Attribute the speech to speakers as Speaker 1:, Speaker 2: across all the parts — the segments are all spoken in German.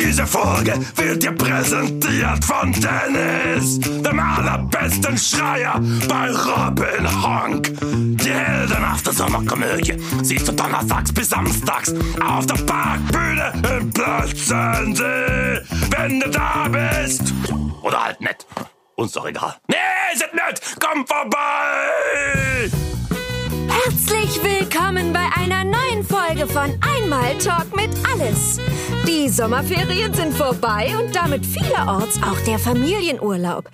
Speaker 1: Diese Folge wird dir präsentiert von Dennis, dem allerbesten Schreier bei Robin Honk. Die heldenhafte Sommerkomödie siehst du donnerstags bis samstags auf der Parkbühne in Plötzensee. Wenn du da bist, oder halt nett, uns doch egal. Nee, sind nett, komm vorbei!
Speaker 2: Herzlich willkommen bei einer neuen Folge von Einmal Talk mit Alles. Die Sommerferien sind vorbei und damit vielerorts auch der Familienurlaub.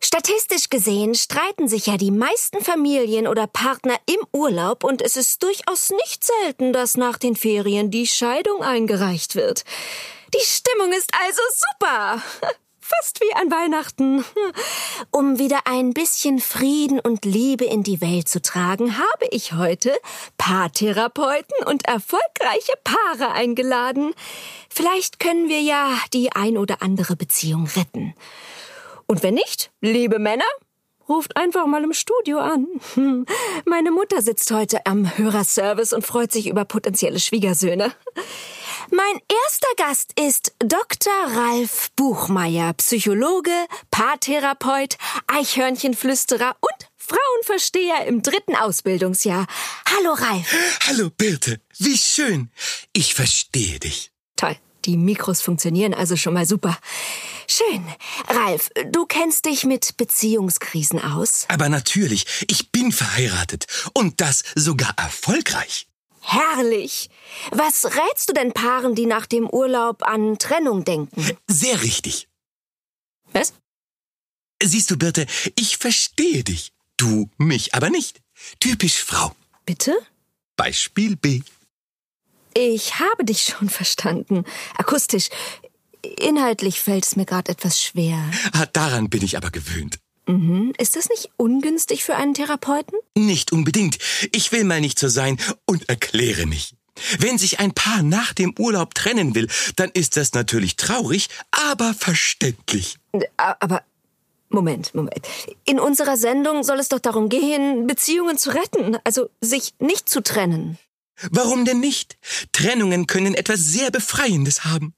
Speaker 2: Statistisch gesehen streiten sich ja die meisten Familien oder Partner im Urlaub und es ist durchaus nicht selten, dass nach den Ferien die Scheidung eingereicht wird. Die Stimmung ist also super. Fast wie an Weihnachten. Um wieder ein bisschen Frieden und Liebe in die Welt zu tragen, habe ich heute Paartherapeuten und erfolgreiche Paare eingeladen. Vielleicht können wir ja die ein oder andere Beziehung retten. Und wenn nicht, liebe Männer, ruft einfach mal im Studio an. Hm. Meine Mutter sitzt heute am Hörerservice und freut sich über potenzielle Schwiegersöhne. Mein erster Gast ist Dr. Ralf Buchmeier, Psychologe, Paartherapeut, Eichhörnchenflüsterer und Frauenversteher im dritten Ausbildungsjahr. Hallo Ralf.
Speaker 3: Hallo Birte, wie schön. Ich verstehe dich.
Speaker 2: Toll. Die Mikros funktionieren also schon mal super. Schön. Ralf, du kennst dich mit Beziehungskrisen aus?
Speaker 3: Aber natürlich, ich bin verheiratet und das sogar erfolgreich.
Speaker 2: Herrlich. Was rätst du denn Paaren, die nach dem Urlaub an Trennung denken?
Speaker 3: Sehr richtig.
Speaker 2: Was?
Speaker 3: Siehst du, Birte, ich verstehe dich. Du mich aber nicht. Typisch Frau.
Speaker 2: Bitte?
Speaker 3: Beispiel B.
Speaker 2: Ich habe dich schon verstanden. Akustisch. Inhaltlich fällt es mir gerade etwas schwer.
Speaker 3: Ah, Daran bin ich aber gewöhnt.
Speaker 2: Mhm. Ist das nicht ungünstig für einen Therapeuten?
Speaker 3: Nicht unbedingt. Ich will mal nicht so sein und erkläre mich. Wenn sich ein Paar nach dem Urlaub trennen will, dann ist das natürlich traurig, aber verständlich.
Speaker 2: A- Aber Moment, Moment. In unserer Sendung soll es doch darum gehen, Beziehungen zu retten, also sich nicht zu trennen.
Speaker 3: Warum denn nicht? Trennungen können etwas sehr Befreiendes haben.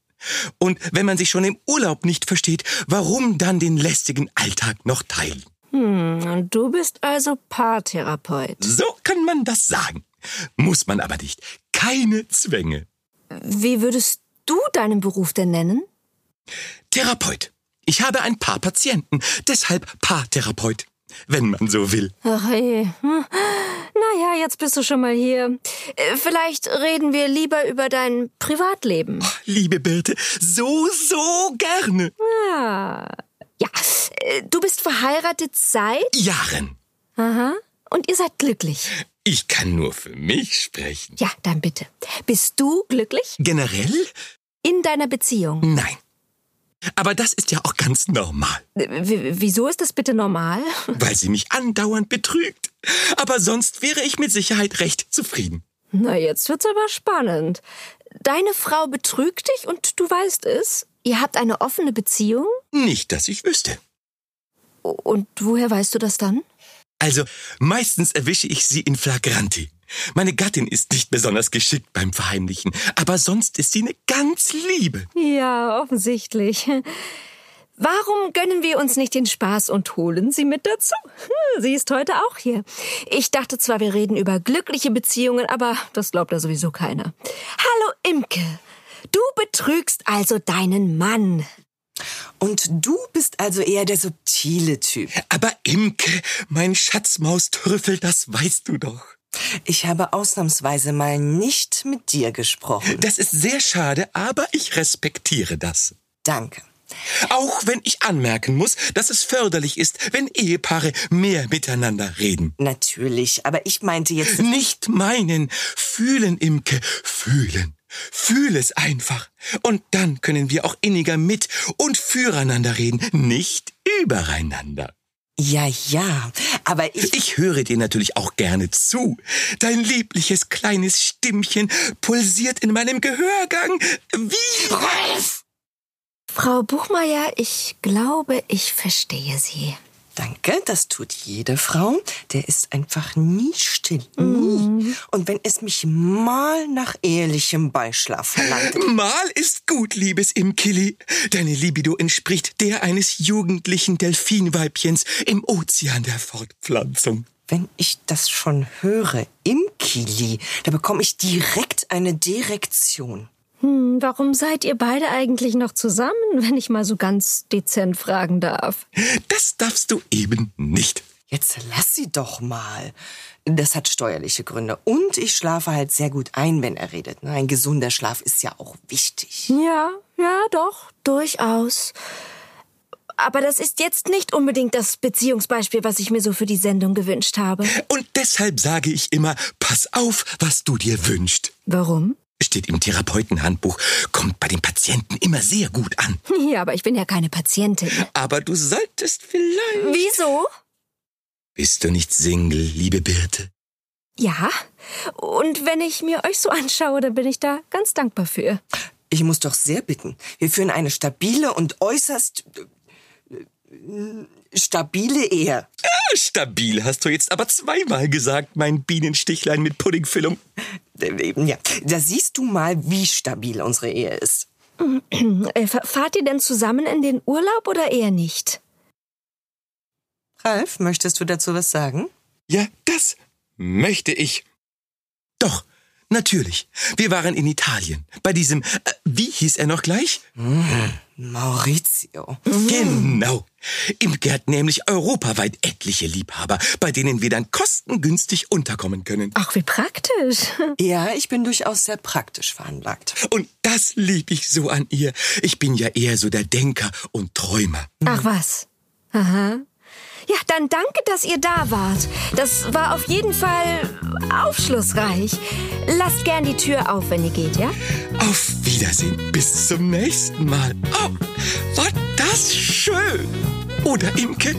Speaker 3: Und wenn man sich schon im Urlaub nicht versteht, warum dann den lästigen Alltag noch teilen?
Speaker 2: Und du bist also Paartherapeut.
Speaker 3: So kann man das sagen. Muss man aber nicht. Keine Zwänge.
Speaker 2: Wie würdest du deinen Beruf denn nennen?
Speaker 3: Therapeut. Ich habe ein paar Patienten, deshalb Paartherapeut, wenn man so will.
Speaker 2: Ach ey. Hm. Naja, jetzt bist du schon mal hier. Äh, Vielleicht reden wir lieber über dein Privatleben.
Speaker 3: Liebe Birte, so, so gerne.
Speaker 2: Ah. Ja, äh, du bist verheiratet seit?
Speaker 3: Jahren.
Speaker 2: Aha. Und ihr seid glücklich.
Speaker 3: Ich kann nur für mich sprechen.
Speaker 2: Ja, dann bitte. Bist du glücklich?
Speaker 3: Generell?
Speaker 2: In deiner Beziehung?
Speaker 3: Nein. Aber das ist ja auch ganz normal.
Speaker 2: Äh, w- Wieso ist das bitte normal?
Speaker 3: weil sie mich andauernd betrügt. Aber sonst wäre ich mit Sicherheit recht zufrieden.
Speaker 2: Na, jetzt wird's aber spannend. Deine Frau betrügt dich und du weißt es? Ihr habt eine offene Beziehung?
Speaker 3: Nicht, dass ich wüsste.
Speaker 2: Und woher weißt du das dann?
Speaker 3: Also, meistens erwische ich sie in Flagranti. Meine Gattin ist nicht besonders geschickt beim Verheimlichen, aber sonst ist sie eine ganz Liebe.
Speaker 2: Ja, offensichtlich. Warum gönnen wir uns nicht den Spaß und holen sie mit dazu? Hm, Sie ist heute auch hier. Ich dachte zwar, wir reden über glückliche Beziehungen, aber das glaubt ja sowieso keiner. Hallo Imke, du betrügst also deinen Mann.
Speaker 4: Und du bist also eher der subtile Typ.
Speaker 3: Aber Imke, mein Schatzmaus-Trüffel, das weißt du doch.
Speaker 4: Ich habe ausnahmsweise mal nicht mit dir gesprochen.
Speaker 3: Das ist sehr schade, aber ich respektiere das.
Speaker 4: Danke.
Speaker 3: Auch wenn ich anmerken muss, dass es förderlich ist, wenn Ehepaare mehr miteinander reden.
Speaker 4: Natürlich, aber ich meinte jetzt,
Speaker 3: Nicht meinen, fühlen, Imke, fühlen. Fühl es einfach. Und dann können wir auch inniger mit und füreinander reden, nicht übereinander.
Speaker 4: ja, ja, aber ich,
Speaker 3: Ich höre dir natürlich auch gerne zu. Dein liebliches kleines Stimmchen pulsiert in meinem Gehörgang wie...
Speaker 2: Frau Buchmeier, ich glaube, ich verstehe Sie.
Speaker 4: Danke, das tut jede Frau. Der ist einfach nie still. Nie. Und wenn es mich mal nach ehrlichem Beischlaf verlangt.
Speaker 3: Mal ist gut, liebes Imkili. Deine Libido entspricht der eines jugendlichen Delfinweibchens im Ozean der Fortpflanzung.
Speaker 4: Wenn ich das schon höre, im Kili, da bekomme ich direkt eine Direktion.
Speaker 2: Hm, warum seid ihr beide eigentlich noch zusammen, wenn ich mal so ganz dezent fragen darf?
Speaker 3: Das darfst du eben nicht.
Speaker 4: Jetzt lass sie doch mal. Das hat steuerliche Gründe. Und ich schlafe halt sehr gut ein, wenn er redet. ne? Ein gesunder Schlaf ist ja auch wichtig.
Speaker 2: Ja, ja, doch, durchaus. Aber das ist jetzt nicht unbedingt das Beziehungsbeispiel, was ich mir so für die Sendung gewünscht habe.
Speaker 3: Und deshalb sage ich immer, pass auf, was du dir wünschst.
Speaker 2: Warum?
Speaker 3: Steht im Therapeutenhandbuch, kommt bei den Patienten immer sehr gut an.
Speaker 2: Ja, aber ich bin ja keine Patientin.
Speaker 3: Aber du solltest vielleicht.
Speaker 2: Wieso?
Speaker 3: Bist du nicht Single, liebe Birte?
Speaker 2: Ja. Und wenn ich mir euch so anschaue, dann bin ich da ganz dankbar für.
Speaker 4: Ich muss doch sehr bitten. Wir führen eine stabile und äußerst äh, stabile Ehe.
Speaker 3: Ah, Stabil hast du jetzt aber zweimal gesagt, mein Bienenstichlein mit Puddingfüllung.
Speaker 4: Äh, Ja, da siehst du mal, wie stabil unsere Ehe ist.
Speaker 2: Äh, fa- fahrt ihr denn zusammen in den Urlaub oder eher nicht?
Speaker 4: Ralf, möchtest du dazu was sagen?
Speaker 3: Ja, das möchte ich. Doch, natürlich. Wir waren in Italien. Bei diesem, äh, wie hieß er noch gleich?
Speaker 4: Maurizio.
Speaker 3: Genau. Imke hat nämlich europaweit etliche Liebhaber, bei denen wir dann kostengünstig unterkommen können.
Speaker 2: Ach, wie praktisch.
Speaker 4: Ja, ich bin durchaus sehr praktisch veranlagt.
Speaker 3: Und das lieb ich so an ihr. Ich bin ja eher so der Denker und Träumer.
Speaker 2: Ach was. Aha. Ja, dann danke, dass ihr da wart. Das war auf jeden Fall aufschlussreich. Lasst gern die Tür auf, wenn ihr geht, ja?
Speaker 3: Auf Wiedersehen. Bis zum nächsten Mal. Oh, war das schön. Oder Imke?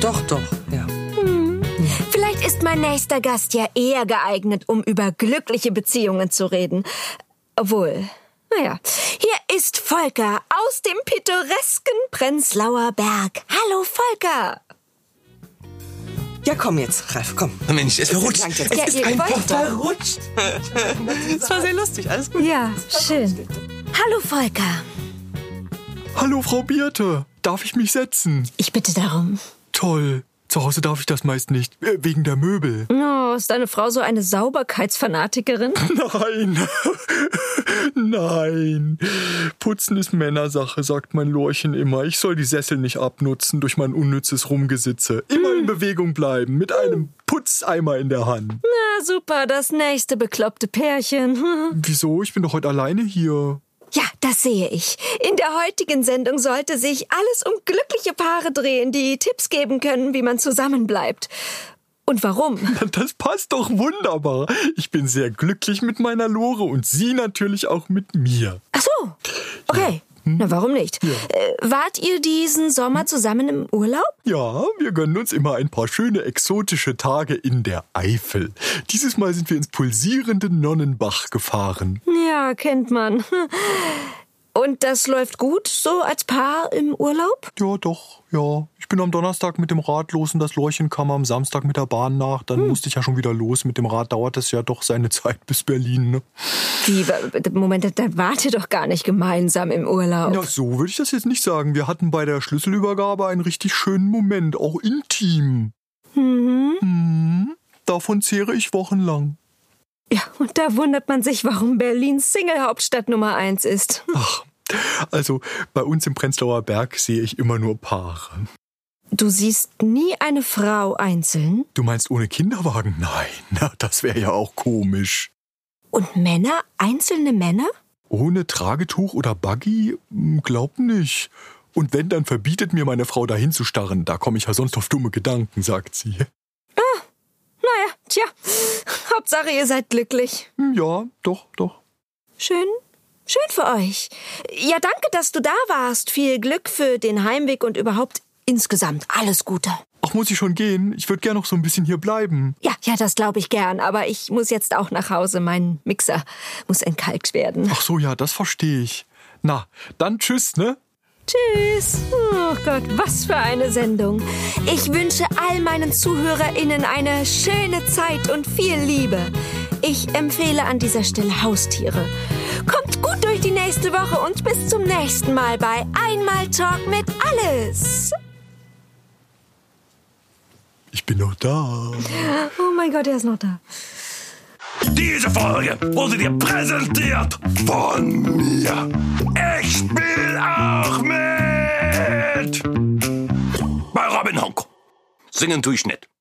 Speaker 4: Doch, doch, ja.
Speaker 2: Vielleicht ist mein nächster Gast ja eher geeignet, um über glückliche Beziehungen zu reden. Obwohl, naja. Hier ist Volker aus dem pittoresken Prenzlauer Berg. Hallo, Volker.
Speaker 4: Ja, komm jetzt, Ralf, komm.
Speaker 3: Oh Mensch, es verrutscht.
Speaker 4: langt jetzt.
Speaker 3: Es
Speaker 2: Ja,
Speaker 3: ist
Speaker 2: ihr
Speaker 3: einfach
Speaker 2: wollt doch.
Speaker 3: verrutscht.
Speaker 4: Es war sehr lustig, alles gut.
Speaker 2: Ja, schön. Hallo, Volker.
Speaker 5: Hallo Frau Birte, darf ich mich setzen?
Speaker 2: Ich bitte darum.
Speaker 5: Toll. Zu Hause darf ich das meist nicht, äh, wegen der Möbel.
Speaker 2: Oh, ist deine Frau so eine Sauberkeitsfanatikerin?
Speaker 5: Nein. Nein. Putzen ist Männersache, sagt mein Lorchen immer. Ich soll die Sessel nicht abnutzen durch mein unnützes Rumgesitze. Immer in Bewegung bleiben, mit einem Putzeimer in der Hand.
Speaker 2: Na super, das nächste bekloppte Pärchen.
Speaker 5: Wieso? Ich bin doch heute alleine hier.
Speaker 2: Ja, das sehe ich. In der heutigen Sendung sollte sich alles um glückliche Paare drehen, die Tipps geben können, wie man zusammenbleibt. Und warum?
Speaker 5: Das passt doch wunderbar. Ich bin sehr glücklich mit meiner Lore und sie natürlich auch mit mir.
Speaker 2: Ach so. Okay. Na, warum nicht? Äh, wart ihr diesen Sommer zusammen im Urlaub?
Speaker 5: Ja, wir gönnen uns immer ein paar schöne exotische Tage in der Eifel. Dieses Mal sind wir ins pulsierende Nonnenbach gefahren.
Speaker 2: Ja, kennt man. Und das läuft gut, so als Paar im Urlaub?
Speaker 5: Ja, doch, ja. Ich bin am Donnerstag mit dem Rad los in das Lorchen kam am Samstag mit der Bahn nach. Dann musste ich ja schon wieder los. Mit dem Rad dauert es ja doch seine Zeit bis Berlin. Ne?
Speaker 2: Wie, wa- Moment, da wart ihr doch gar nicht gemeinsam im Urlaub.
Speaker 5: Ja, so würde ich das jetzt nicht sagen. Wir hatten bei der Schlüsselübergabe einen richtig schönen Moment, auch intim. Mhm. Davon zehre ich wochenlang.
Speaker 2: Ja, und da wundert man sich, warum Berlins Single-Hauptstadt Nummer eins ist.
Speaker 5: Ach, also bei uns im Prenzlauer Berg sehe ich immer nur Paare.
Speaker 2: Du siehst nie eine Frau einzeln
Speaker 5: Du meinst ohne Kinderwagen? Nein, na, das wäre ja auch komisch.
Speaker 2: und Männer, einzelne Männer?
Speaker 5: Ohne Tragetuch oder Buggy? Hm, Glaub nicht. Und wenn, dann verbietet mir meine Frau dahin zu starren. Da komme ich ja sonst auf dumme Gedanken, sagt sie.
Speaker 2: Naja, tja, Hauptsache ihr seid glücklich.
Speaker 5: Hm, Ja, doch, doch.
Speaker 2: Schön, schön für euch. Ja, danke, dass du da warst. Viel Glück für den Heimweg und überhaupt insgesamt alles Gute.
Speaker 5: Ach, muss ich schon gehen? Ich würde gern noch so ein bisschen hier bleiben.
Speaker 2: Ja, ja, das glaube ich gern, aber ich muss jetzt auch nach Hause. Mein Mixer muss entkalkt werden.
Speaker 5: Ach so, ja, das verstehe ich. Na, dann tschüss, ne?
Speaker 2: Tschüss. Oh Gott, was für eine Sendung. Ich wünsche all meinen ZuhörerInnen eine schöne Zeit und viel Liebe. Ich empfehle an dieser Stelle Haustiere. Kommt gut durch die nächste Woche und bis zum nächsten Mal bei Einmal Talk mit Alles.
Speaker 5: Ich bin noch da.
Speaker 2: Oh mein Gott, er ist noch da.
Speaker 1: Diese Folge wurde dir präsentiert von mir. Ich spiel auch mit. Bei Robin Honk. Singen tue ich nicht.